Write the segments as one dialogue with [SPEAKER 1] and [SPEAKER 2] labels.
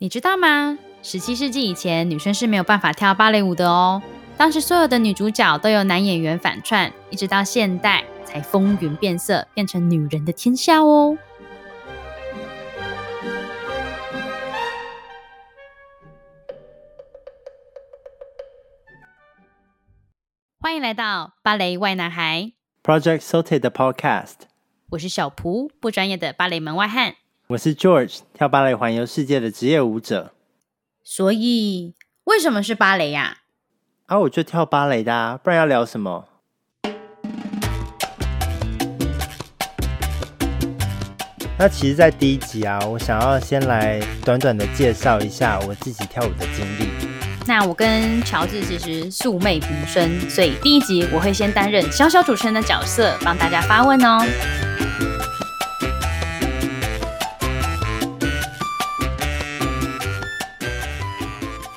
[SPEAKER 1] 你知道吗？十七世纪以前，女生是没有办法跳芭蕾舞的哦。当时所有的女主角都由男演员反串，一直到现代才风云变色，变成女人的天下哦。欢迎来到芭蕾外男孩，
[SPEAKER 2] Project Sorted 的 Podcast，
[SPEAKER 1] 我是小蒲，不专业的芭蕾门外汉。
[SPEAKER 2] 我是 George，跳芭蕾环游世界的职业舞者。
[SPEAKER 1] 所以，为什么是芭蕾呀、
[SPEAKER 2] 啊，我就跳芭蕾的、啊，不然要聊什么？那其实，在第一集啊，我想要先来短短的介绍一下我自己跳舞的经历。
[SPEAKER 1] 那我跟乔治其实素昧平生，所以第一集我会先担任小小主持人的角色，帮大家发问哦。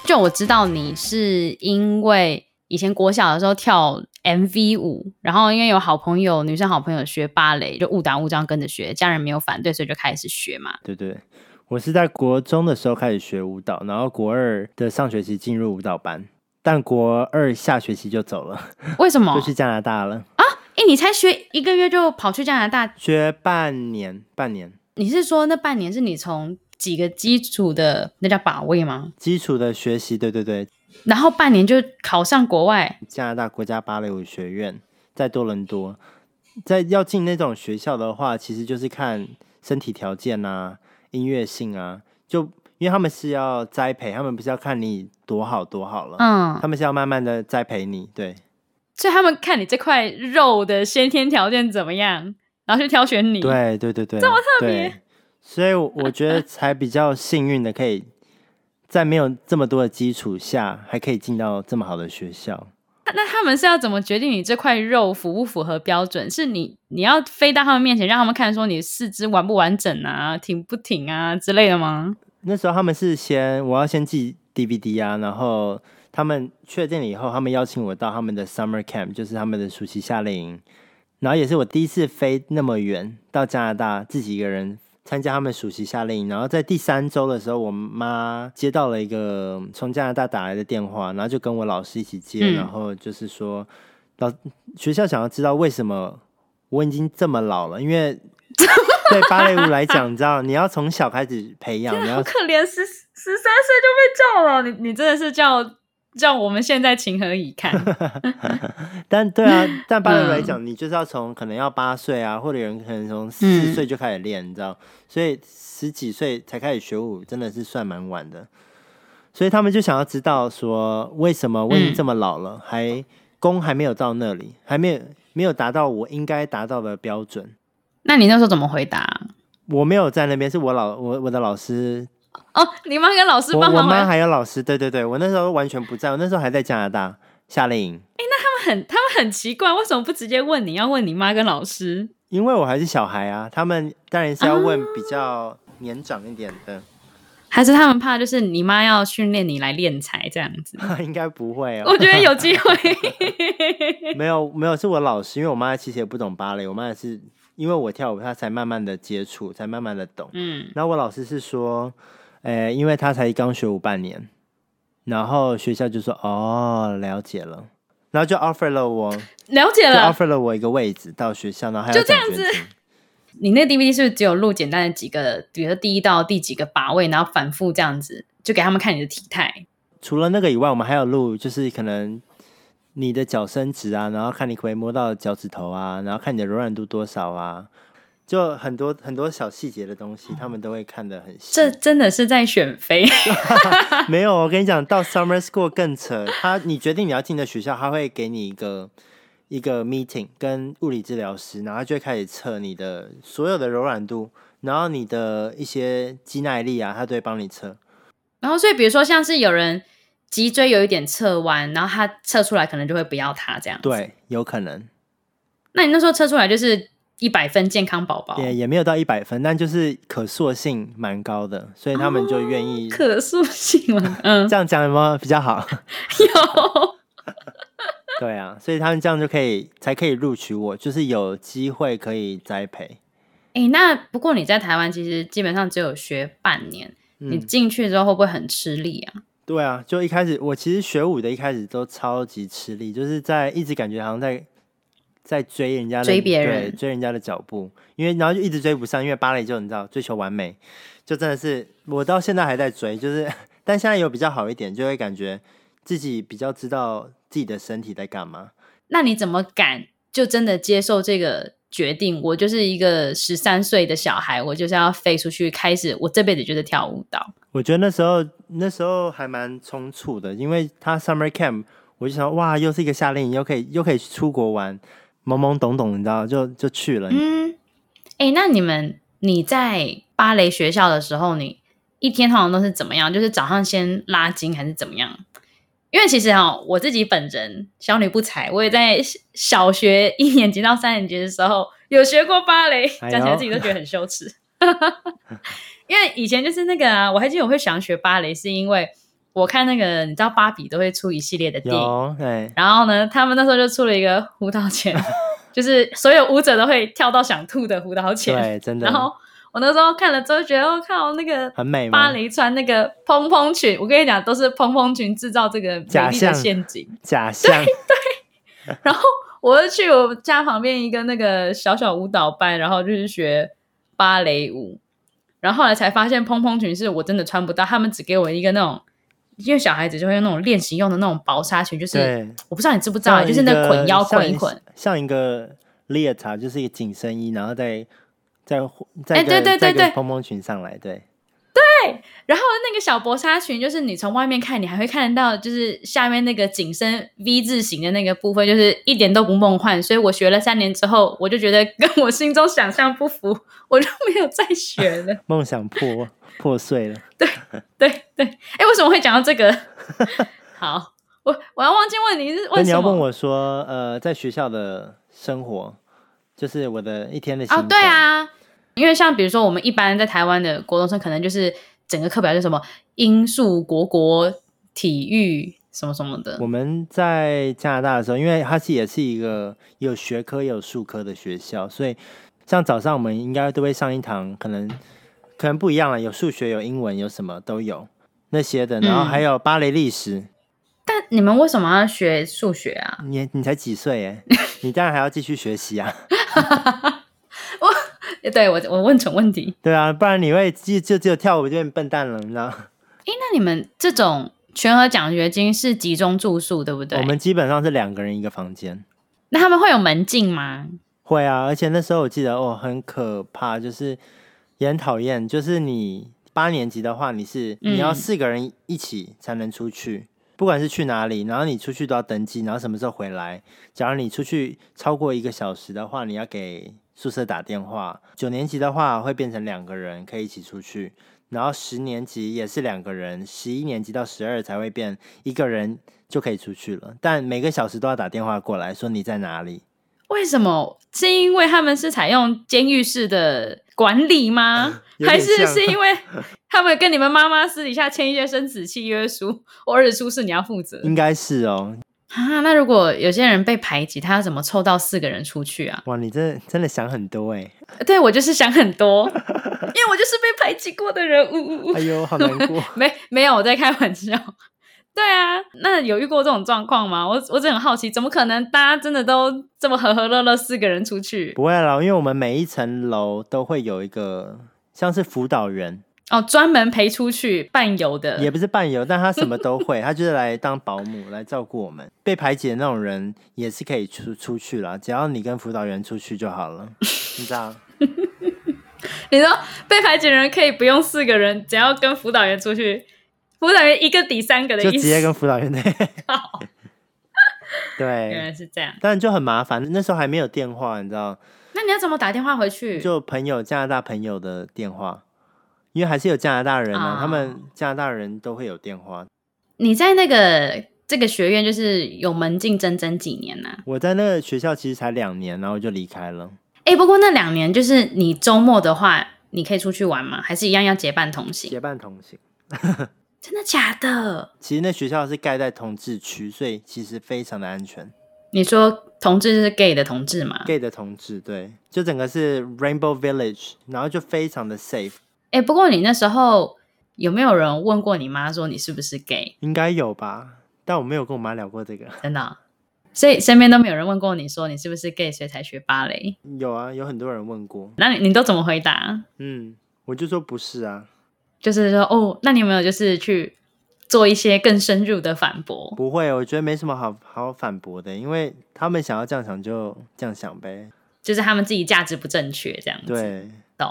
[SPEAKER 1] 就我知道你是因为以前国小的时候跳 MV 舞，然后因为有好朋友女生好朋友学芭蕾，就误打误撞跟着学，家人没有反对，所以就开始学嘛。
[SPEAKER 2] 对对，我是在国中的时候开始学舞蹈，然后国二的上学期进入舞蹈班，但国二下学期就走了，
[SPEAKER 1] 为什么？
[SPEAKER 2] 就去加拿大了，
[SPEAKER 1] 哎、你才学一个月就跑去加拿大，
[SPEAKER 2] 学半年，半年。
[SPEAKER 1] 你是说那半年是你从几个基础的那叫把位吗？
[SPEAKER 2] 基础的学习，对对对，
[SPEAKER 1] 然后半年就考上国外，
[SPEAKER 2] 加拿大国家芭蕾舞学院在多伦多，在要进那种学校的话，其实就是看身体条件啊、音乐性啊，就因为他们是要栽培，他们不是要看你多好多好了，
[SPEAKER 1] 嗯
[SPEAKER 2] 他，们是要慢慢的栽培你，对
[SPEAKER 1] 所以他们看你这块肉的先天条件怎么样，然后去挑选你。，
[SPEAKER 2] 对对对对，嗯这么特
[SPEAKER 1] 别，
[SPEAKER 2] 所以我我觉得才比较幸运的，可以在没有这么多的基础下，还可以进到这么好的学校。
[SPEAKER 1] 那那他们是要怎么决定你这块肉符不符合标准？是你你要飞到他们面前，让他们看说你四肢完不完整啊、挺不挺啊之类的吗？
[SPEAKER 2] 那时候他们是先我要先寄 DVD 啊，然后他们确定了以后，他们邀请我到他们的 summer camp，就是他们的暑期夏令营，然后也是我第一次飞那么远到加拿大，自己一个人参加他们暑期夏令营。然后在第三周的时候，我妈接到了一个从加拿大打来的电话，然后就跟我老师一起接，
[SPEAKER 1] 嗯
[SPEAKER 2] 然后就是说老学校想要知道为什么我已经这么老了，因为。对芭蕾舞来讲，你知道，你要从小开始培养，你要
[SPEAKER 1] 好可怜，十十三岁就被叫了，你你真的是叫叫我们现在情何以堪？
[SPEAKER 2] 但 对啊，但芭蕾舞来
[SPEAKER 1] 嗯
[SPEAKER 2] 讲，你就是要从可能要八岁啊，或者有人可能从
[SPEAKER 1] 嗯
[SPEAKER 2] 四岁就开始练，你知道，所以十几岁才开始学舞，真的是算蛮晚的。所以他们就想要知道说，为什么我
[SPEAKER 1] 嗯
[SPEAKER 2] 已经这么老了，还功还没有到那里，还没有没有达到我应该达到的标准。
[SPEAKER 1] 那你那时候怎么回答？
[SPEAKER 2] 我没有在那边，是我老我我的老师，
[SPEAKER 1] 哦，你妈跟老师
[SPEAKER 2] 我
[SPEAKER 1] 帮
[SPEAKER 2] 我
[SPEAKER 1] 忙回
[SPEAKER 2] 妈
[SPEAKER 1] 来，
[SPEAKER 2] 还有老师，对对对，我那时候完全不在，我那时候还在加拿大夏令营。
[SPEAKER 1] 他们很他们很奇怪，为什么不直接问你要问你妈跟老师？
[SPEAKER 2] 因为我还是小孩啊，他们当然是要问比较年长一点的，
[SPEAKER 1] 还是他们怕就是你妈要训练你来练财这样子？
[SPEAKER 2] 应该不会哦。
[SPEAKER 1] 我觉得有机 会。
[SPEAKER 2] 没有没有，是我老师，因为我妈其实也不懂芭蕾，我妈也是因为我跳舞，她才慢慢的接触，才慢慢的懂。
[SPEAKER 1] 嗯，
[SPEAKER 2] 然后我老师是说，呃，因为她才刚学舞半年，然后学校就说哦，了解了，然后就 offer 了我，就
[SPEAKER 1] 了解了。
[SPEAKER 2] offer 了我一个位置到学校，然后
[SPEAKER 1] 呃
[SPEAKER 2] 还
[SPEAKER 1] 就
[SPEAKER 2] 有
[SPEAKER 1] 这
[SPEAKER 2] 奖
[SPEAKER 1] 样
[SPEAKER 2] 学
[SPEAKER 1] 子
[SPEAKER 2] 金。
[SPEAKER 1] 你那 DVD 是不是只有录简单的几个，比如说第一到第几个把位，然后反复这样子，就给他们看你的体态。
[SPEAKER 2] 除了那个以外，我们还有录，就是可能你的脚伸直啊，然后看你可不可以摸到脚趾头啊，然后看你的柔软度多少啊，就很多很多小细节的东西，他们都会看得很细。
[SPEAKER 1] 这真的是在选妃，
[SPEAKER 2] 没有，我跟你讲，到 summer school 更扯。他你决定你要进的学校，他会给你一个一个 meeting，跟物理治疗师，然后他就会开始测你的所有的柔软度，然后你的一些肌耐力啊，他都会帮你测。
[SPEAKER 1] 然后所以比如说像是有人脊椎有一点侧弯，然后他测出来可能就会不要他这样子。
[SPEAKER 2] 对，有可能。
[SPEAKER 1] 那你那时候测出来就是一百分健康宝宝，
[SPEAKER 2] 也也没有到一百分，但就是可塑性蛮高的，所以他们就愿意、
[SPEAKER 1] 哦可塑性嘛，嗯，
[SPEAKER 2] 这样讲有没有比较 好？
[SPEAKER 1] 有，
[SPEAKER 2] 对啊，所以他们这样就可以才可以录取我，就是有机会可以栽培。
[SPEAKER 1] 哎、那不过你在台湾其实基本上只有学半年，你
[SPEAKER 2] 嗯
[SPEAKER 1] 进去之后会不会很吃力啊？
[SPEAKER 2] 对啊，就一开始我其实学舞的一开始都超级吃力，就是在一直感觉好像在在追人家的
[SPEAKER 1] 追别
[SPEAKER 2] 对
[SPEAKER 1] 人
[SPEAKER 2] 追人家的脚步，因为然后就一直追不上，因为芭蕾就你知道追求完美，就真的是我到现在还在追，就是但现在有比较好一点，就会感觉自己比较知道自己的身体在干嘛。
[SPEAKER 1] 那你怎么敢就真的接受这个决定？我就是一个十三岁的小孩，我就是要飞出去，开始我这辈子就是跳舞蹈。
[SPEAKER 2] 我觉得那时候那时候还蛮冲促的，因为他 summer camp，我就想哇，又是一个夏令营，又可以又可以出国玩，懵懵懂懂，你知道就就去了。
[SPEAKER 1] 嗯，哎、那你们你在芭蕾学校的时候，你一天通常都是怎么样？就是早上先拉筋还是怎么样？因为其实哈、我自己本人小女不才，我也在小小学一年级到三年级的时候有学过芭蕾，
[SPEAKER 2] 哎呦
[SPEAKER 1] 讲起来自己都觉得很羞耻。 因为以前就是那个啊，我还记得我会想学芭蕾，是因为我看那个你知道芭比都会出一系列的电影，
[SPEAKER 2] 有对。
[SPEAKER 1] 然后呢，他们那时候就出了一个舞蹈 前，就是所有舞者都会跳到想吐的舞蹈前。
[SPEAKER 2] 对，真的。
[SPEAKER 1] 然后我那时候看了之后觉得，我、哦靠，那个
[SPEAKER 2] 很美吗？
[SPEAKER 1] 芭蕾穿那个蓬蓬裙，我跟你讲，都是蓬蓬裙制造这个美
[SPEAKER 2] 假
[SPEAKER 1] 丽的
[SPEAKER 2] 象
[SPEAKER 1] 陷阱。
[SPEAKER 2] 假象，
[SPEAKER 1] 然后我就去我家旁边一个那个小小舞蹈班，然后就是学芭蕾舞。然后后来才发现，蓬蓬裙是我真的穿不到，他们只给我一个那种，因为小孩子就会用那种练习用的那种薄纱裙，就是
[SPEAKER 2] 对，
[SPEAKER 1] 我不知道你知不知道，就是那
[SPEAKER 2] 像一个
[SPEAKER 1] 捆腰捆一捆，，
[SPEAKER 2] 像一个猎塔，就是一个紧身衣，然后再再再
[SPEAKER 1] 哎
[SPEAKER 2] 一个
[SPEAKER 1] 对对
[SPEAKER 2] 再一
[SPEAKER 1] 对
[SPEAKER 2] 个
[SPEAKER 1] 对
[SPEAKER 2] 蓬蓬裙上来，对，
[SPEAKER 1] 然后那个小薄纱裙，就是你从外面看，你还会看得到，就是下面那个紧身 V 字形的那个部分，就是一点都不梦幻。所以我学了三年之后，我就觉得跟我心中想象不符，我就没有再学 了。
[SPEAKER 2] 梦 想破破碎了。
[SPEAKER 1] 对对，哎，为什么会讲到这个？好，我我要忘记问你是
[SPEAKER 2] 那
[SPEAKER 1] 为
[SPEAKER 2] 你
[SPEAKER 1] 什
[SPEAKER 2] 要问
[SPEAKER 1] 么？
[SPEAKER 2] 我说，呃，在学校的生活，就是我的一天的行
[SPEAKER 1] 哦，
[SPEAKER 2] 程。
[SPEAKER 1] 对，啊，因为像比如说我们一般在台湾的国中生，可能就是整个课表就是什么英数国国体育什么什么的
[SPEAKER 2] 我。们在加拿大的时候，因为它是也是一个有学科也有术科的学校，所以像早上我们应该都会上一堂，可能可能不一样了，有数学、有英文、有什么都有那些的，然后还有芭蕾历史。
[SPEAKER 1] 但你们为什么要学数学啊？
[SPEAKER 2] 你你才几岁哎， 你当然还要继续学习啊，
[SPEAKER 1] 对我，我问蠢问题。
[SPEAKER 2] 对啊，不然你会就就只有跳舞就变笨蛋了，你知道？
[SPEAKER 1] 诶，那你们这种全额奖学金是集中住宿，对不对？
[SPEAKER 2] 我们基本上是两个人一个房间。
[SPEAKER 1] 那他们会有门禁吗？
[SPEAKER 2] 会啊，而且那时候我记得哦，很可怕，就是也很讨厌，就是你八年级的话，你是
[SPEAKER 1] 嗯
[SPEAKER 2] 你要四个人一起才能出去，不管是去哪里，然后你出去都要登记，然后什么时候回来。假如你出去超过一个小时的话，你要给宿舍打电话。九年级的话会变成两个人可以一起出去，然后十年级也是两个人，十一年级到十二才会变一个人就可以出去了，但每个小时都要打电话过来说你在哪里。
[SPEAKER 1] 为什么？是因为他们是采用监狱式的管理吗？
[SPEAKER 2] 呃有
[SPEAKER 1] 还
[SPEAKER 2] 点
[SPEAKER 1] 是
[SPEAKER 2] 像
[SPEAKER 1] 是因为他们跟你们妈妈私底下签一些生死契约书，我儿子出事你要负责
[SPEAKER 2] 应该是哦，
[SPEAKER 1] 啊？那如果有些人被排挤，他要怎么凑到四个人出去啊？
[SPEAKER 2] 哇，你真的真的想很多哎，
[SPEAKER 1] 对我就是想很 多，因为我就是被排挤过的人。呜呜呜
[SPEAKER 2] 哎！呦，好难过。
[SPEAKER 1] 没没有，我在开玩笑。对啊，那有遇过这种状况吗？我我真的很好奇，怎么可能大家真的都这么和和乐乐四个人出去？
[SPEAKER 2] 不会啦，因为我们每一层楼都会有一个像是辅导员，
[SPEAKER 1] 哦，专门陪出去伴游的，
[SPEAKER 2] 也不是伴游，但他什么都会，他就是来当保姆来照顾我们。被排挤的那种人也是可以出出去啦，只要你跟辅导员出去就好了，你 知道？
[SPEAKER 1] 你说被排挤的人可以不用四个人，只要跟辅导员出去，辅导员一个抵三个的
[SPEAKER 2] 就
[SPEAKER 1] 意
[SPEAKER 2] 直
[SPEAKER 1] 思。
[SPEAKER 2] 接跟辅导员对。
[SPEAKER 1] 原
[SPEAKER 2] 对，
[SPEAKER 1] 来是这样，
[SPEAKER 2] 但就很麻烦，那时候还没有电话，你知道？
[SPEAKER 1] 那你要怎么打电话回去？
[SPEAKER 2] 就朋友加拿大朋友的电话，因为还是有加拿大人啊，
[SPEAKER 1] 啊
[SPEAKER 2] 他们加拿大人都会有电话。
[SPEAKER 1] 你在那个这个学院就是有门禁整整几年呢、啊？
[SPEAKER 2] 我在那个学校其实才两年，然后就离开了。
[SPEAKER 1] 哎，不过那两年就是你周末的话，你可以出去玩吗？还是一样要结伴同行？
[SPEAKER 2] 结伴同行，
[SPEAKER 1] 真的假的？
[SPEAKER 2] 其实那学校是盖在同志区，所以其实非常的安全。
[SPEAKER 1] 你说同志是 gay 的同志吗？
[SPEAKER 2] gay 的同志，对，就整个是 Rainbow Village，然后就非常的 safe。
[SPEAKER 1] 哎、不过你那时候有没有人问过你妈说你是不是 gay？
[SPEAKER 2] 应该有吧？但我没有跟我妈聊过这个。
[SPEAKER 1] 真的啊、所以身边都没有人问过你说你是不是 gay，所以才学芭蕾。
[SPEAKER 2] 有啊，有很多人问过。
[SPEAKER 1] 那你你都怎么回答？
[SPEAKER 2] 嗯，我就说不是啊，
[SPEAKER 1] 就是说哦，那你有没有就是去做一些更深入的反驳？
[SPEAKER 2] 不会，我觉得没什么好好反驳的，因为他们想要这样想就这样想呗。
[SPEAKER 1] 就是他们自己价值不正确这样子，
[SPEAKER 2] 对，
[SPEAKER 1] 懂？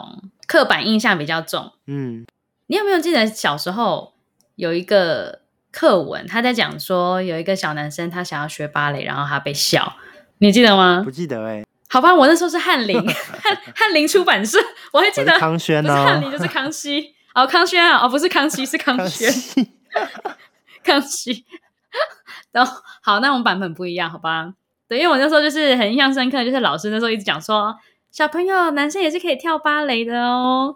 [SPEAKER 1] 刻板印象比较重。
[SPEAKER 2] 嗯，
[SPEAKER 1] 你有没有记得小时候有一个课文，他在讲说有一个小男生他想要学芭蕾，然后他被笑，你记得吗
[SPEAKER 2] 不？记得哎、
[SPEAKER 1] 好吧，我那时候是翰林， 翰翰林出版社，我 还记
[SPEAKER 2] 我
[SPEAKER 1] 得
[SPEAKER 2] 是康轩
[SPEAKER 1] 不 是翰林
[SPEAKER 2] 哦，
[SPEAKER 1] 就是康熙，哦，康轩啊，哦，不是康熙，是 康轩，
[SPEAKER 2] 熙，
[SPEAKER 1] 康 熙。然后好，那我们版本不一样，好吧？对，因为我那时候就是很印象深刻，就是老师那时候一直讲说，小朋友男生也是可以跳芭蕾的哦。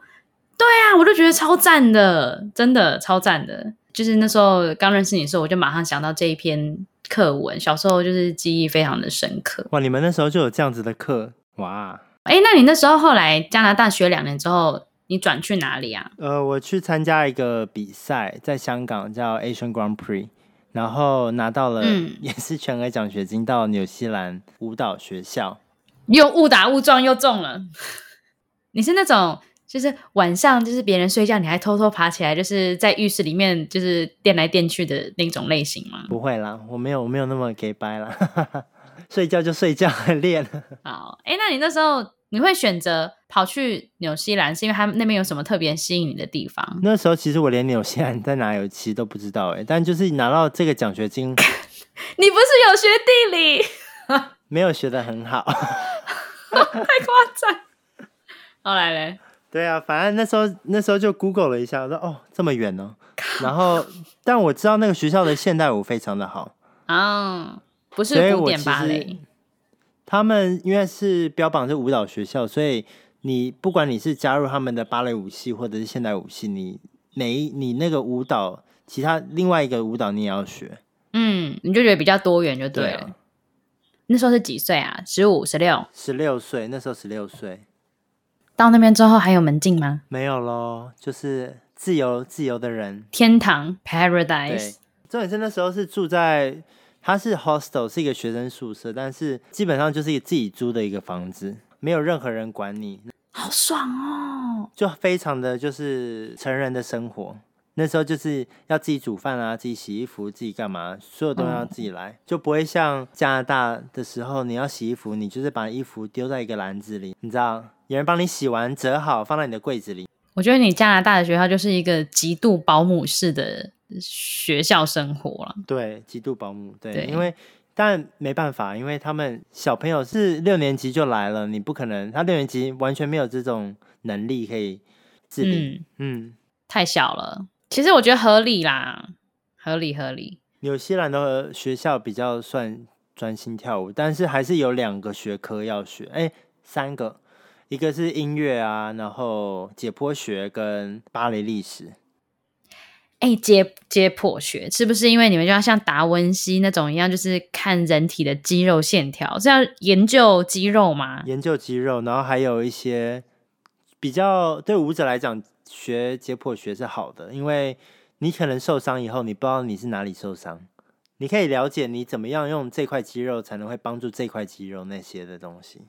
[SPEAKER 1] 对啊，我就觉得超赞的，真的超赞的。就是那时候刚认识你的时候，我就马上想到这一篇课文，小时候就是记忆非常的深刻。
[SPEAKER 2] 哇，你们那时候就有这样子的课哇？
[SPEAKER 1] 哎，那你那时候后来加拿大学两年之后，你转去哪里啊？
[SPEAKER 2] 呃，我去参加一个比赛，在香港叫 Asian Grand Prix，然后拿到了、
[SPEAKER 1] 嗯
[SPEAKER 2] 也是全额奖学金到纽西兰舞蹈学校。
[SPEAKER 1] 又误打误撞又中了。你是那种就是晚上就是别人睡觉，你还偷偷爬起来，就是在浴室里面就是颠来颠去的那种类型吗？
[SPEAKER 2] 不会啦，我没有我没有那么给掰啦，睡觉就睡觉，练。
[SPEAKER 1] 好，哎，那你那时候你会选择跑去纽西兰，是因为他们那边有什么特别吸引你的地方？
[SPEAKER 2] 那时候其实我连纽西兰在哪有其实都不知道哎、但就是拿到这个奖学金，
[SPEAKER 1] 你不是有学地 理？
[SPEAKER 2] 没有学得很好。
[SPEAKER 1] 太夸张。后来嘞，
[SPEAKER 2] 对啊，反正那时候那时候就 Google 了一下，我说哦这么远哦，然后但我知道那个学校的现代舞非常的好，
[SPEAKER 1] 啊、不
[SPEAKER 2] 所以
[SPEAKER 1] 是古
[SPEAKER 2] 我
[SPEAKER 1] 典
[SPEAKER 2] 其
[SPEAKER 1] 芭
[SPEAKER 2] 实
[SPEAKER 1] 蕾，
[SPEAKER 2] 他们因为是标榜是舞蹈学校，所以你不管你是加入他们的芭蕾舞系或者是现代舞系，你每一你那个舞蹈，其他另外一个舞蹈你也要学。
[SPEAKER 1] 嗯，你就觉得比较多元就对了。
[SPEAKER 2] 啊，
[SPEAKER 1] 那时候是几岁啊？十五、十六。
[SPEAKER 2] 十六岁那时候十六岁
[SPEAKER 1] 到那边之后还有门禁吗？
[SPEAKER 2] 没有咯，就是自由自由的人。
[SPEAKER 1] 天堂
[SPEAKER 2] 对
[SPEAKER 1] Paradise，，
[SPEAKER 2] 重点是那时候是住在。它是 hostel，是一个学生宿舍，但是基本上就是一个自己租的一个房子，没有任何人管你，
[SPEAKER 1] 好爽哦！
[SPEAKER 2] 就非常的就是成人的生活。那时候就是要自己煮饭啊，自己洗衣服，自己干嘛，所有东西要自己来，就不会像加拿大的时候，你要洗衣服，你就是把衣服丢在一个篮子里，你知道，有人帮你洗完折好，放在你的柜子里。
[SPEAKER 1] 我觉得你加拿大的学校就是一个极度保姆式的学校生活了。
[SPEAKER 2] 对，极度保姆，对，
[SPEAKER 1] 对
[SPEAKER 2] 因为但没办法，因为他们小朋友是六年级就来了，你不可能，他六年级完全没有这种能力可以自理。
[SPEAKER 1] 嗯，
[SPEAKER 2] 嗯，
[SPEAKER 1] 太小了。其实我觉得合理啦，合理合理。
[SPEAKER 2] 纽西兰的学校比较算专心跳舞，但是还是有两个学科要学，哎，三个，一个是音乐啊，然后解剖学跟芭蕾历史。
[SPEAKER 1] 哎，解解剖学是不是因为你们就要像达文西那种一样，就是看人体的肌肉线条，是要研究肌肉吗？
[SPEAKER 2] 研究肌肉，然后还有一些比较对舞者来讲，学解剖学是好的，因为你可能受伤以后，你不知道你是哪里受伤，你可以了解你怎么样用这块肌肉才能会帮助这块肌肉那些的东西。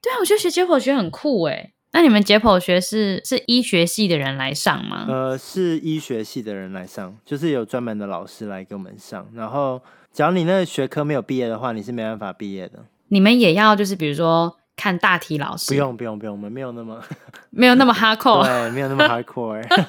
[SPEAKER 1] 对啊，我觉得学解剖学很酷哎、那你们解剖学是是医学系的人来上吗？
[SPEAKER 2] 呃，是医学系的人来上，就是有专门的老师来给我们上。然后，只要你那个学科没有毕业的话，你是没办法毕业的。
[SPEAKER 1] 你们也要就是比如说看大体老师，
[SPEAKER 2] 不用不用不用，我们没有那么、
[SPEAKER 1] 没有那么哈扣。我
[SPEAKER 2] 对，没有那 么 hardcore。
[SPEAKER 1] 因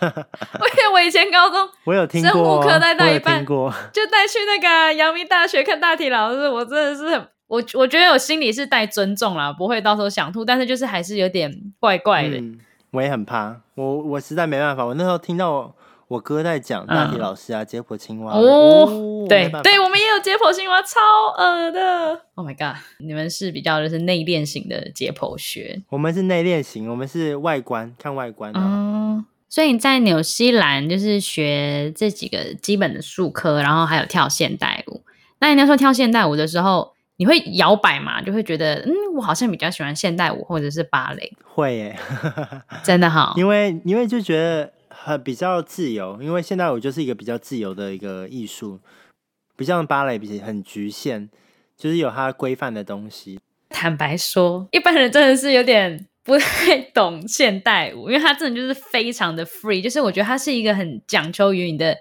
[SPEAKER 1] 为我以前高中
[SPEAKER 2] 我有听
[SPEAKER 1] 生
[SPEAKER 2] 过
[SPEAKER 1] 物
[SPEAKER 2] 哦，
[SPEAKER 1] 课带到
[SPEAKER 2] 我
[SPEAKER 1] 一
[SPEAKER 2] 有
[SPEAKER 1] 半
[SPEAKER 2] 听过。
[SPEAKER 1] 就带去那个阳明大学看大体老师，我真的是很我我觉得我心里是带尊重啦，不会到时候想吐，但是就是还是有点怪怪的。
[SPEAKER 2] 嗯，我也很怕，我我实在没办法。我那时候听到我我哥在讲大体
[SPEAKER 1] 嗯
[SPEAKER 2] 老师啊，解剖青蛙
[SPEAKER 1] 哦
[SPEAKER 2] 我
[SPEAKER 1] 对
[SPEAKER 2] 没办法
[SPEAKER 1] 对，我们也有解剖青蛙，超恶的。Oh my god！你们是比较就是内敛型的解剖学，
[SPEAKER 2] 我们是内敛型，我们是外观看外观啊。
[SPEAKER 1] 哦，所以你在纽西兰就是学这几个基本的术科，然后还有跳现代舞。那你那时候跳现代舞的时候，你会摇摆嘛？就会觉得，嗯，我好像比较喜欢现代舞或者是芭蕾，
[SPEAKER 2] 会耶，
[SPEAKER 1] 真的哈、
[SPEAKER 2] 因为因为就觉得很比较自由，因为现代舞就是一个比较自由的一个艺术，不像芭蕾比很局限，就是有它规范的东西。
[SPEAKER 1] 坦白说，一般人真的是有点不太懂现代舞，因为它真的就是非常的 free，就是我觉得它是一个很讲究于你的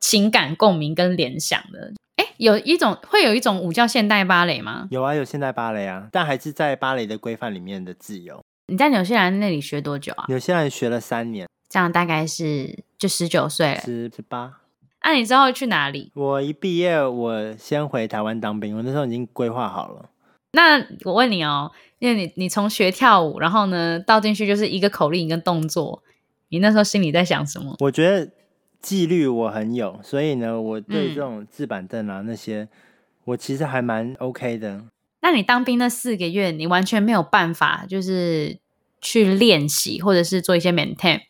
[SPEAKER 1] 情感共鸣跟联想的。哎，有一种会有一种舞叫现代芭蕾吗？
[SPEAKER 2] 有啊，有现代芭蕾啊，但还是在芭蕾的规范里面的自由。
[SPEAKER 1] 你在纽西兰那里学多久啊？
[SPEAKER 2] 有些人学了三年，
[SPEAKER 1] 这样大概是就十九岁了。
[SPEAKER 2] 十十八。
[SPEAKER 1] 那、你之后去哪里？
[SPEAKER 2] 我一毕业，我先回台湾当兵，我那时候已经规划好了。
[SPEAKER 1] 那我问你哦，因为你你从学跳舞，然后呢到进去就是一个口令跟动作，你那时候心里在想什么？
[SPEAKER 2] 我觉得纪律我很有，所以呢，我对
[SPEAKER 1] 嗯
[SPEAKER 2] 这种制板凳啊那些，我其实还蛮 OK 的。
[SPEAKER 1] 那你当兵那四个月，你完全没有办法就是去练习或者是做一些 maintain，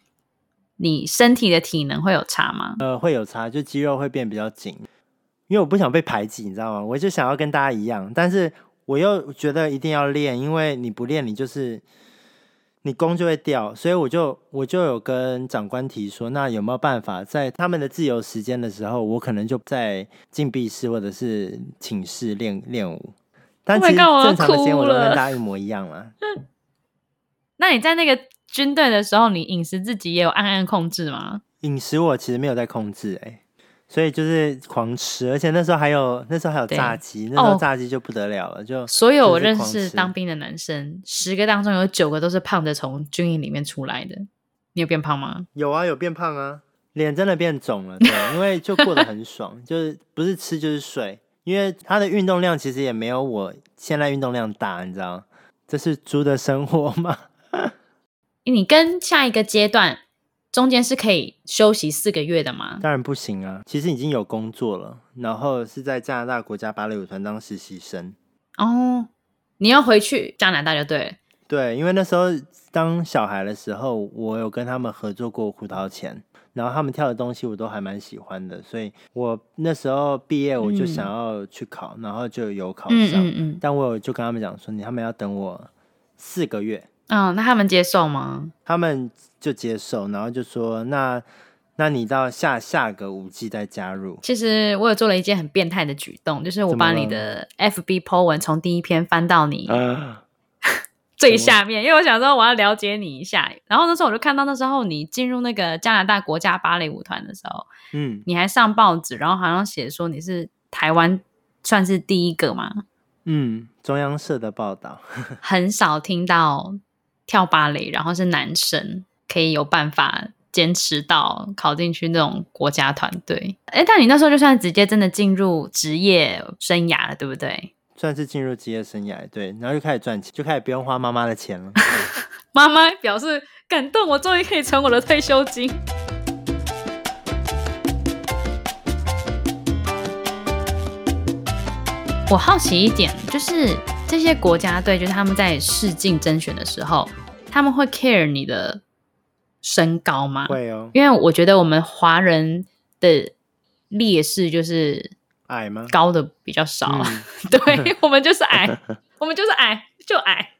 [SPEAKER 1] 你身体的体能会有差吗？
[SPEAKER 2] 呃，会有差，就肌肉会变比较紧，因为我不想被排挤，你知道吗？我就想要跟大家一样，但是我又觉得一定要练，因为你不练，你就是你弓就会掉，所以我就我就有跟长官提说，那有没有办法在他们的自由时间的时候，我可能就在禁闭室或者是寝室练练舞。但
[SPEAKER 1] Oh
[SPEAKER 2] 其
[SPEAKER 1] my
[SPEAKER 2] 实
[SPEAKER 1] God，我要
[SPEAKER 2] 正常的时间
[SPEAKER 1] 哭
[SPEAKER 2] 我都跟
[SPEAKER 1] 了
[SPEAKER 2] 大家一模一样啦。
[SPEAKER 1] 那你在那个军队的时候，你饮食自己也有暗暗控制吗？
[SPEAKER 2] 饮食我其实没有在控制哎、所以就是狂吃，而且那时候还有那时候还有
[SPEAKER 1] 对
[SPEAKER 2] 炸鸡，那时
[SPEAKER 1] 哦
[SPEAKER 2] 候炸鸡就不得了了，就
[SPEAKER 1] 所有我
[SPEAKER 2] 真
[SPEAKER 1] 认
[SPEAKER 2] 是狂
[SPEAKER 1] 识
[SPEAKER 2] 吃
[SPEAKER 1] 当兵的男生，十个当中有九个都是胖的，从军营里面出来的。你有变胖吗？
[SPEAKER 2] 有啊有变胖啊，脸真的变肿了， 对，因为就过得很爽，就是不是吃就是睡，因为他的运动量其实也没有我现在运动量大，你知道，这是猪的生活吗？
[SPEAKER 1] 你跟下一个阶段中间是可以休息四个月的吗？
[SPEAKER 2] 当然不行啊，其实已经有工作了，然后是在加拿大国家芭蕾舞团当实习生，
[SPEAKER 1] 哦，你要回去加拿大就对了。
[SPEAKER 2] 对，因为那时候当小孩的时候，我有跟他们合作过胡桃钳，然后他们跳的东西我都还蛮喜欢的，所以我那时候毕业我就想要去考，然后就有考
[SPEAKER 1] 嗯
[SPEAKER 2] 上。
[SPEAKER 1] 嗯嗯，
[SPEAKER 2] 但我有就跟他们讲说，你他们要等我四个月，
[SPEAKER 1] 嗯，那他们接受吗？
[SPEAKER 2] 他们就接受，然后就说那那你到下下个五季再加入。
[SPEAKER 1] 其实我有做了一件很变态的举动，就是我
[SPEAKER 2] 怎么
[SPEAKER 1] 把
[SPEAKER 2] 了
[SPEAKER 1] 你的 FB po 文从第一篇翻到你
[SPEAKER 2] 啊，
[SPEAKER 1] 最下面，因为我想说我要了解你一下。然后那时候我就看到那时候你进入那个加拿大国家芭蕾舞团的时候，
[SPEAKER 2] 嗯
[SPEAKER 1] 你还上报纸，然后好像写说你是台湾算是第一个嘛，
[SPEAKER 2] 嗯，中央社的报道，
[SPEAKER 1] 很少听到跳芭蕾，然后是男生可以有办法坚持到考进去那种国家团队。哎，但你那时候就算直接真的进入职业生涯了，对不对？
[SPEAKER 2] 算是进入职业生涯，对，然后就开始赚钱，就开始不用花妈妈的 钱了。
[SPEAKER 1] 妈妈表示感动，我终于可以存我的退休金。我好奇一点，就是这些国家队，就是他们在试镜甄选的时候，他们会 care 你的身高吗？
[SPEAKER 2] 会哦，
[SPEAKER 1] 因为我觉得我们华人的劣势就是
[SPEAKER 2] 矮吗？
[SPEAKER 1] 高的比较少，啊
[SPEAKER 2] 嗯
[SPEAKER 1] 对 我们就是矮，我们就是矮，就矮，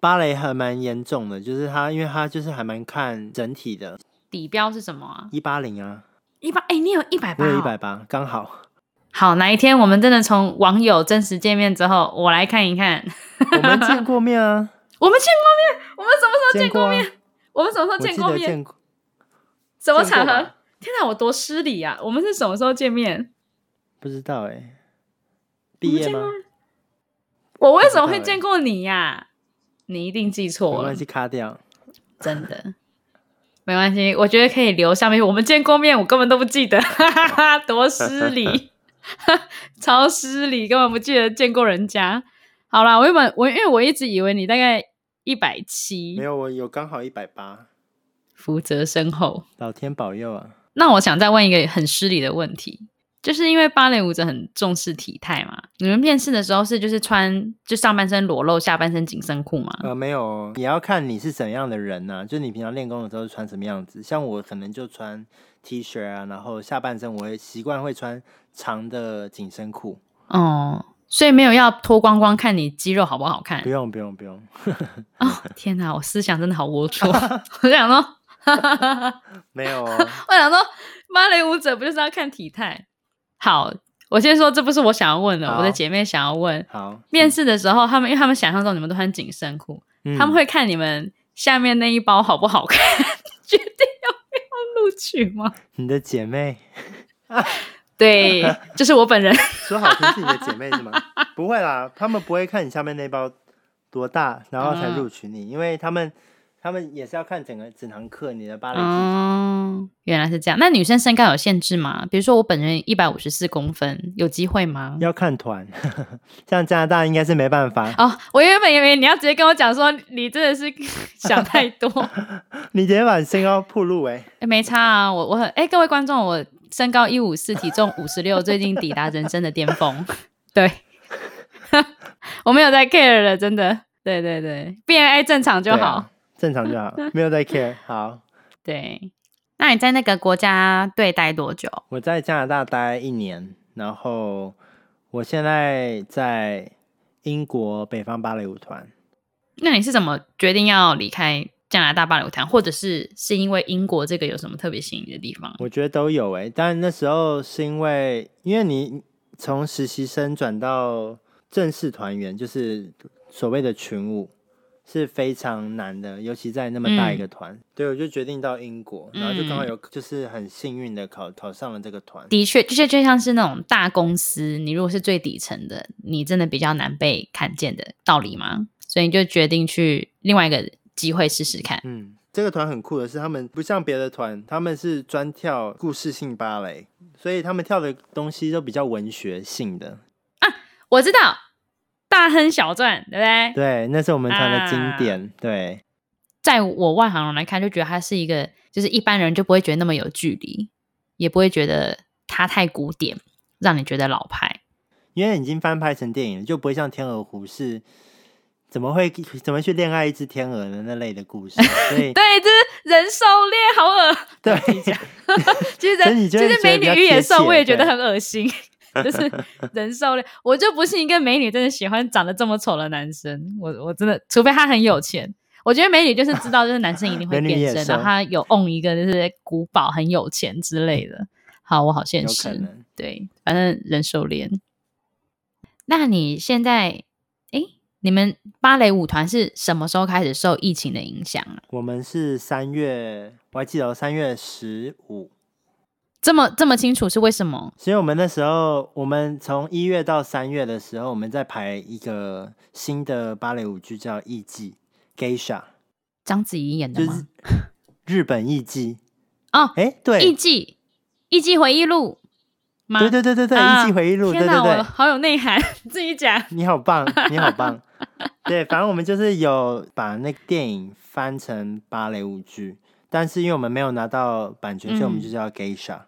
[SPEAKER 2] 芭蕾还蛮严重的，就是他，因为他就是还蛮看整体的，
[SPEAKER 1] 底标是什么啊？
[SPEAKER 2] 一八零啊，
[SPEAKER 1] 一百，哎，你有一百八，
[SPEAKER 2] 我有一百八，刚好。
[SPEAKER 1] 好，哪一天我们真的从网友真实见面之后，我来看一看。
[SPEAKER 2] 我们见过面啊，
[SPEAKER 1] 我们见过 面，我们什么时候见
[SPEAKER 2] 过
[SPEAKER 1] 过
[SPEAKER 2] 啊
[SPEAKER 1] 面？，我们什么时候
[SPEAKER 2] 我记
[SPEAKER 1] 见过
[SPEAKER 2] 得
[SPEAKER 1] 面？
[SPEAKER 2] 见过。
[SPEAKER 1] 什么
[SPEAKER 2] 见
[SPEAKER 1] 场
[SPEAKER 2] 过吧
[SPEAKER 1] 合？天哪，我多失礼啊！我们是什么时候见面？
[SPEAKER 2] 不知道哎、毕业
[SPEAKER 1] 啊
[SPEAKER 2] 吗？
[SPEAKER 1] 我为什么
[SPEAKER 2] 不知
[SPEAKER 1] 会
[SPEAKER 2] 道欸
[SPEAKER 1] 见过你呀、你一定记
[SPEAKER 2] 没
[SPEAKER 1] 错了
[SPEAKER 2] 关，系，卡掉。
[SPEAKER 1] 真的。没关系，我觉得可以留下面。我们见过面，我根本都不记得， 哈哈哈，多失礼， 超失礼，根本不记得见过人家。好啦，我原本我因为我一直以为你大概一百七，
[SPEAKER 2] 没有，我有刚好一百八，
[SPEAKER 1] 福泽深厚。
[SPEAKER 2] 老天保佑啊！
[SPEAKER 1] 那我想再问一个很失礼的问题，就是因为芭蕾舞者很重视体态嘛，你们面试的时候是就是穿就上半身裸露，下半身紧身裤吗？
[SPEAKER 2] 呃，没有哦，也要看你是怎样的人呐、就你平常练功的时候是穿什么样子。像我可能就穿 T 恤啊，然后下半身我会习惯会穿长的紧身裤。
[SPEAKER 1] 哦、所以没有要脱光光看你肌肉好不好看
[SPEAKER 2] 不用，不用，不用。
[SPEAKER 1] 哦！天哪，我思想真的好龌龊，我就想说
[SPEAKER 2] 没 有哦，
[SPEAKER 1] 我想说，芭蕾舞者不就是要看体态？好，我先说，这不是我想要问的，
[SPEAKER 2] 好
[SPEAKER 1] 我的姐妹想要问，
[SPEAKER 2] 好，
[SPEAKER 1] 面试的时候，他们因为他们想象中你们都穿紧身裤，
[SPEAKER 2] 嗯
[SPEAKER 1] 他们会看你们下面那一包好不好看， 决定要不要录取吗？
[SPEAKER 2] 你的姐妹
[SPEAKER 1] 对，就是我本人。
[SPEAKER 2] 说好听是你的姐妹 是吗？不会啦，他们不会看你下面那包多大，然后才
[SPEAKER 1] 嗯
[SPEAKER 2] 录取你，因为他们他们也是要看整个整堂课你的芭蕾技巧。
[SPEAKER 1] 哦，原来是这样。那女生身高有限制吗？比如说我本人一百五十四公分，有机会吗？
[SPEAKER 2] 要看团， 像加拿大应该是没办法。
[SPEAKER 1] 哦，我原本以为你要直接跟我讲说，你真的是 想太多。
[SPEAKER 2] 你直接把你身高暴露哎、
[SPEAKER 1] 诶没差啊，我我很哎、各位观众，我身高一五四，体重五十六，最近抵达人生的巅峰。对， 我没有在 care 了，真的。对对对，BMI 正常就
[SPEAKER 2] 对
[SPEAKER 1] 好。
[SPEAKER 2] 啊正常就好，没有在 care。好，
[SPEAKER 1] 对，那你在那个国家队待多久？
[SPEAKER 2] 我在加拿大待一年，然后我现在在英国北方芭蕾舞团。
[SPEAKER 1] 那你是怎么决定要离开加拿大芭蕾舞团，或者是是因为英国这个有什么特别吸引你的地方？
[SPEAKER 2] 我觉得都有哎、但那时候是因为，因为你从实习生转到正式团员，就是所谓的群舞，是非常难的，尤其在那么大一个团。对，我就决定到英国，然后就刚好有，就是很幸运的考考上了这个团。
[SPEAKER 1] 的确，就是就像是那种大公司，你如果是最底层的，你真的比较难被看见的道理吗？所以你就决定去另外一个机会试试看。
[SPEAKER 2] 嗯，这个团很酷的是，他们不像别的团，他们是专跳故事性芭蕾，所以他们跳的东西都比较文学性的。
[SPEAKER 1] 我知道大亨小传，对不对？
[SPEAKER 2] 对，那是我们团的经
[SPEAKER 1] 啊
[SPEAKER 2] 典。对，
[SPEAKER 1] 在我外行人来看，就觉得它是一个，就是一般人就不会觉得那么有距离，也不会觉得它太古典，让你觉得老派。
[SPEAKER 2] 因为已经翻拍成电影了，就不会像《天鹅湖》是怎么会怎么去恋爱一只天鹅的那类的故事，所以
[SPEAKER 1] 对，这是人兽恋，好恶。
[SPEAKER 2] 对，
[SPEAKER 1] 其实
[SPEAKER 2] 所以
[SPEAKER 1] 人
[SPEAKER 2] 你就
[SPEAKER 1] 其
[SPEAKER 2] 会
[SPEAKER 1] 实
[SPEAKER 2] 觉
[SPEAKER 1] 美
[SPEAKER 2] 得比
[SPEAKER 1] 女
[SPEAKER 2] 较
[SPEAKER 1] 与野
[SPEAKER 2] 贴
[SPEAKER 1] 兽，
[SPEAKER 2] 切
[SPEAKER 1] 我也觉得
[SPEAKER 2] 对
[SPEAKER 1] 很恶心。就是人兽恋，我就不信一个美女真的喜欢长得这么丑的男生。我我真的，除非他很有钱。我觉得美女就是知道，就是男生一定会
[SPEAKER 2] 美女
[SPEAKER 1] 变
[SPEAKER 2] 野
[SPEAKER 1] 身，然
[SPEAKER 2] 兽
[SPEAKER 1] 后他有 on 一个就是古堡很有钱之类的。好，我好现
[SPEAKER 2] 有可
[SPEAKER 1] 实。
[SPEAKER 2] 能。
[SPEAKER 1] 对，反正人手恋。那你现在，哎，你们芭蕾舞团是什么时候开始受疫情的影响啊？
[SPEAKER 2] 我们是三月，我还记得哦三月十五，
[SPEAKER 1] 这么这么清楚是为什么？
[SPEAKER 2] 所以我们那时候，我们从一月到三月的时候，我们在排一个新的芭蕾舞剧叫《艺伎》（Geisha），
[SPEAKER 1] 章子怡演的
[SPEAKER 2] 就
[SPEAKER 1] 吗？
[SPEAKER 2] 是日本艺伎。
[SPEAKER 1] 哦
[SPEAKER 2] 哎，对，
[SPEAKER 1] 艺伎，艺伎回忆录吗？
[SPEAKER 2] 对对对对对，
[SPEAKER 1] 啊
[SPEAKER 2] 艺伎回忆录，对
[SPEAKER 1] 天
[SPEAKER 2] 对
[SPEAKER 1] 我
[SPEAKER 2] 对，
[SPEAKER 1] 好有内涵， 自己讲。
[SPEAKER 2] 你好棒，你好棒。 对，反正我们就是有把那个电影翻成芭蕾舞剧，但是因为我们没有拿到版权，所以我们
[SPEAKER 1] 嗯
[SPEAKER 2] 就叫 Geisha。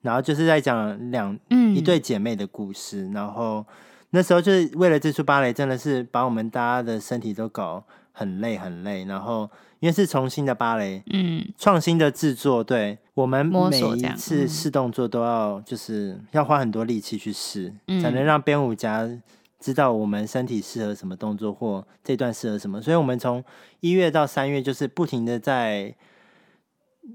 [SPEAKER 2] 然后就是在讲两
[SPEAKER 1] 嗯，
[SPEAKER 2] 一对姐妹的故事。然后那时候就是为了这出芭蕾，真的是把我们大家的身体都搞很累很累。然后因为是重新的芭蕾，
[SPEAKER 1] 嗯，
[SPEAKER 2] 创新的制作，对我们
[SPEAKER 1] 摸
[SPEAKER 2] 每
[SPEAKER 1] 索这
[SPEAKER 2] 一
[SPEAKER 1] 样
[SPEAKER 2] 次
[SPEAKER 1] 嗯
[SPEAKER 2] 试动作都要就是要花很多力气去试，
[SPEAKER 1] 嗯
[SPEAKER 2] 才能让编舞家知道我们身体适合什么动作或这段适合什么。所以我们从一月到三月就是不停的在。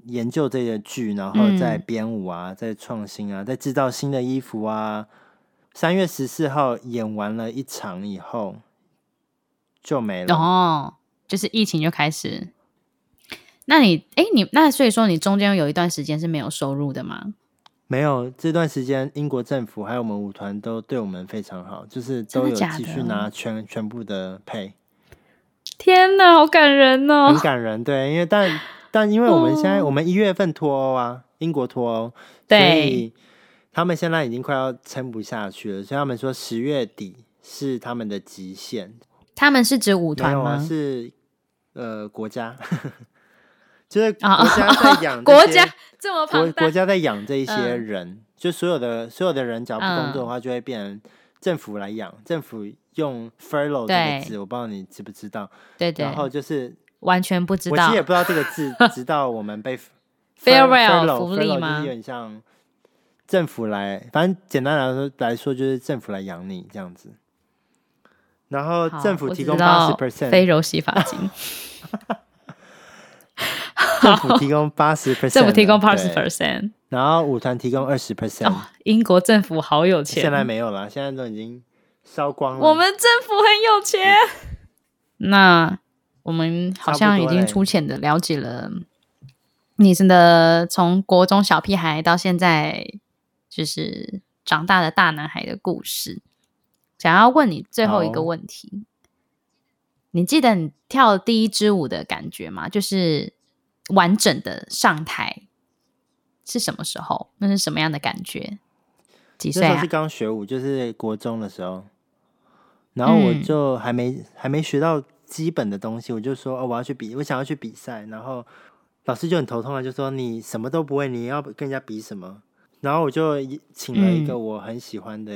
[SPEAKER 2] 研究这个剧，然后
[SPEAKER 1] 嗯
[SPEAKER 2] 再编舞啊，再创新啊，再制造新的衣服啊。三月十四号演完了一场以后就没了。
[SPEAKER 1] 哦，就是疫情就开始。那你，哎，你那所以说你中间有一段时间是没有收入的吗？
[SPEAKER 2] 没有，这段时间英国政府还有我们舞团都对我们非常好，就是
[SPEAKER 1] 真
[SPEAKER 2] 都
[SPEAKER 1] 的
[SPEAKER 2] 有
[SPEAKER 1] 假的
[SPEAKER 2] 继续拿全全部的配，
[SPEAKER 1] 天哪，好感人
[SPEAKER 2] 很
[SPEAKER 1] 哦！
[SPEAKER 2] 感人。对，因 为但但因为我们现在、
[SPEAKER 1] 哦
[SPEAKER 2] 我们一月份脱欧啊，英国脱欧，所
[SPEAKER 1] 对，
[SPEAKER 2] 以他们现在已经快要撑不下去了，所以他们说十月底是他们的极限。
[SPEAKER 1] 他们是指舞
[SPEAKER 2] 没
[SPEAKER 1] 团
[SPEAKER 2] 有啊，
[SPEAKER 1] 吗？
[SPEAKER 2] 是呃国家， 就是国
[SPEAKER 1] 啊
[SPEAKER 2] 家在养、
[SPEAKER 1] 国家这么
[SPEAKER 2] 国
[SPEAKER 1] 庞大
[SPEAKER 2] 国，家在养这一些
[SPEAKER 1] 嗯
[SPEAKER 2] 人，就所有的所有的人，只要不工作
[SPEAKER 1] 嗯
[SPEAKER 2] 的话，就会变成政府来养。政府用 furlough 这
[SPEAKER 1] 对
[SPEAKER 2] 个字，我不知道你知不知道。
[SPEAKER 1] 对对
[SPEAKER 2] 然，后就是，
[SPEAKER 1] 完全不知
[SPEAKER 2] 我其
[SPEAKER 1] 道
[SPEAKER 2] 实。也不知道这个 字，直到我们被
[SPEAKER 1] Farewell，
[SPEAKER 2] furlough-
[SPEAKER 1] 福利
[SPEAKER 2] furlough 就
[SPEAKER 1] 吗
[SPEAKER 2] 是有点像政府来，反正简单来说来说就是政府来养你这样子。然后
[SPEAKER 1] 好
[SPEAKER 2] 政府
[SPEAKER 1] 我
[SPEAKER 2] 提
[SPEAKER 1] 只
[SPEAKER 2] 供
[SPEAKER 1] 知
[SPEAKER 2] 八
[SPEAKER 1] 道
[SPEAKER 2] 十 percent，
[SPEAKER 1] 非柔洗发精。
[SPEAKER 2] 政府提供八十 percent，
[SPEAKER 1] 政府提供八十 percent。
[SPEAKER 2] 然后舞团提供二十 percent，
[SPEAKER 1] 哦，英国政府好有钱，啊
[SPEAKER 2] 现在没有了，现在都已经烧光了。
[SPEAKER 1] 我们政府很有钱。 那我们好像已
[SPEAKER 2] 差不多
[SPEAKER 1] 经
[SPEAKER 2] 嘞
[SPEAKER 1] 粗浅的了解了你真的从国中小屁孩到现在就是长大的大男孩的故事。想要问你最后一个
[SPEAKER 2] 好
[SPEAKER 1] 问题，你记得你跳第一支舞的感觉吗？就是完整的上台是什么时候？那是什么样的感觉？几岁
[SPEAKER 2] 那时候
[SPEAKER 1] 啊
[SPEAKER 2] 是？刚学舞，就是国中的时候，然后我
[SPEAKER 1] 嗯
[SPEAKER 2] 就还没、还没学到基本的东西，我就说哦，我要去比，我想要去比赛，然后老师就很头痛啊了，就说你什么都不会，你要跟人家比什么？然后我就一请了一个
[SPEAKER 1] 嗯
[SPEAKER 2] 我很喜欢的、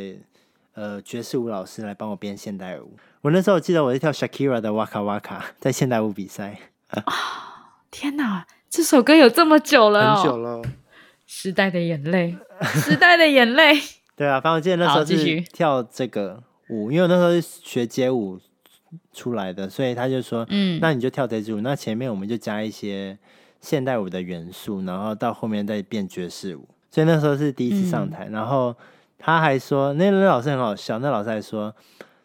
[SPEAKER 2] 呃爵士舞老师来帮我编现代舞。我那时候记得我是跳 Shakira 的 Waka Waka 在现代舞比赛，
[SPEAKER 1] 天哪，这首歌有这么久了、哦，
[SPEAKER 2] 很久了。
[SPEAKER 1] 时代的眼 泪，时代的眼泪。
[SPEAKER 2] 对啊，反正我记得那时
[SPEAKER 1] 好
[SPEAKER 2] 候
[SPEAKER 1] 继续
[SPEAKER 2] 是跳这个舞，因为我那时候是学街舞出来的，所以他就说，
[SPEAKER 1] 嗯，
[SPEAKER 2] 那你就跳这支舞，那前面我们就加一些现代舞的元素，然后到后面再变爵士舞。所以那时候是第一次上台，
[SPEAKER 1] 嗯
[SPEAKER 2] 然后他还说，那那老师很好笑，那老师还说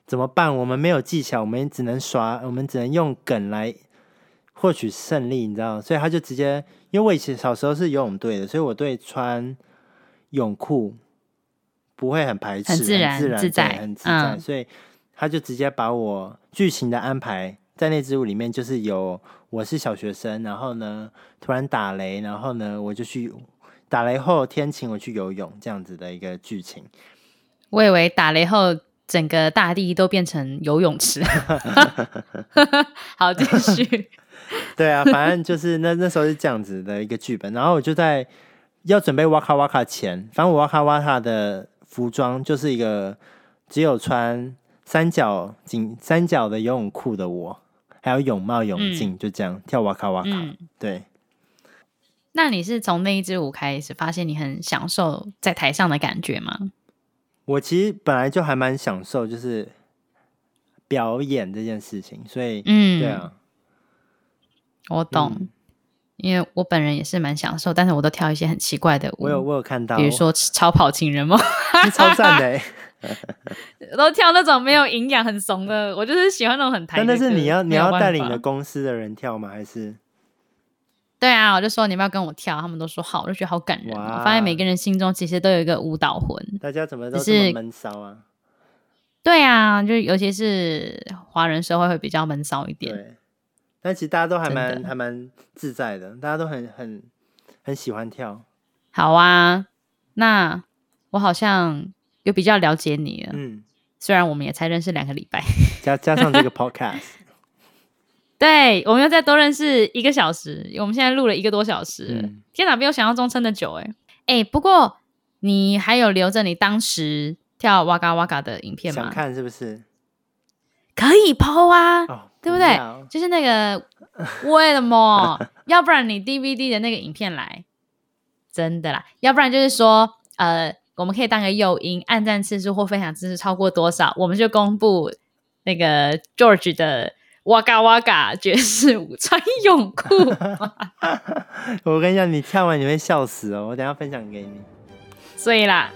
[SPEAKER 2] 怎么办？我们没有技巧，我们只能耍，我们只能用梗来获取胜利，你知道吗？所以他就直接，因为我以前小时候是游泳队的，所以我对穿泳裤不会很排斥，
[SPEAKER 1] 很自然
[SPEAKER 2] 自然
[SPEAKER 1] 自在
[SPEAKER 2] 对很自在，
[SPEAKER 1] 嗯
[SPEAKER 2] 所以他就直接把我剧情的安排在那支舞里面，就是有我是小学生，然后呢突然打雷，然后呢我就去打雷后天晴我去游泳这样子的一个剧情。
[SPEAKER 1] 我以为打雷后整个大地都变成游泳 池。好，继续。
[SPEAKER 2] 对啊，反正就是那那时候是这样子的一个剧本，然后我就在要准备哇卡哇卡前，反正我哇卡哇卡的服装就是一个只有穿三角紧三角的游泳裤的我，还有泳帽泳镜，就这样跳哇卡哇卡。
[SPEAKER 1] 嗯，
[SPEAKER 2] 对，
[SPEAKER 1] 那你是从那一支舞开始发现你很享受在台上的感觉吗？
[SPEAKER 2] 我其实本来就还蛮享受就是表演这件事情，所以、
[SPEAKER 1] 嗯，
[SPEAKER 2] 对，啊，嗯
[SPEAKER 1] 我懂。因为我本人也是蛮享受，但是我都跳一些很奇怪的舞，
[SPEAKER 2] 我有我有看到，
[SPEAKER 1] 嗯比如说超跑情人梦，
[SPEAKER 2] 是超赞的、欸，
[SPEAKER 1] 都跳那种没有营养、很怂的。我就是喜欢那种很台的
[SPEAKER 2] 但
[SPEAKER 1] 歌。
[SPEAKER 2] 但是你要你
[SPEAKER 1] 没有
[SPEAKER 2] 要
[SPEAKER 1] 办
[SPEAKER 2] 带领
[SPEAKER 1] 法
[SPEAKER 2] 的公司的人跳吗？还是？
[SPEAKER 1] 对啊，我就说你要不要跟我跳，他们都说好，我就觉得好感人哦。我
[SPEAKER 2] 哇
[SPEAKER 1] 发现每个人心中其实都有一个舞蹈魂。
[SPEAKER 2] 大家怎么都
[SPEAKER 1] 只
[SPEAKER 2] 这
[SPEAKER 1] 是
[SPEAKER 2] 么闷骚啊？
[SPEAKER 1] 对啊，就尤其是华人社会会比较闷骚一点。
[SPEAKER 2] 对，但其实大家都还
[SPEAKER 1] 真的
[SPEAKER 2] 蛮还蛮自在的，大家都很很很喜欢跳。
[SPEAKER 1] 好啊，那我好像又比较了解你了，
[SPEAKER 2] 嗯，
[SPEAKER 1] 虽然我们也才认识两个礼拜。
[SPEAKER 2] 加加上这个 podcast，
[SPEAKER 1] 对，我们又再多认识一个小时，我们现在录了一个多小时了，
[SPEAKER 2] 嗯
[SPEAKER 1] 天哪，比我想象中撑的久哎、哎、不过你还有留着你当时跳哇嘎哇嘎的影片
[SPEAKER 2] 想
[SPEAKER 1] 吗？
[SPEAKER 2] 看是不是？
[SPEAKER 1] 可以抛啊，
[SPEAKER 2] 哦，
[SPEAKER 1] 对不对
[SPEAKER 2] 要？
[SPEAKER 1] 就是那个为什么？要不然你 DVD 的那个影片来，真的啦。要不然就是说，呃，我们可以当个诱因，按赞次数或分享次数超过多少，我们就公布那个 George 的哇嘎哇嘎爵士舞穿泳裤，
[SPEAKER 2] 我跟你讲，你跳完你会笑死哦！我等一下分享给你。
[SPEAKER 1] 所以啦，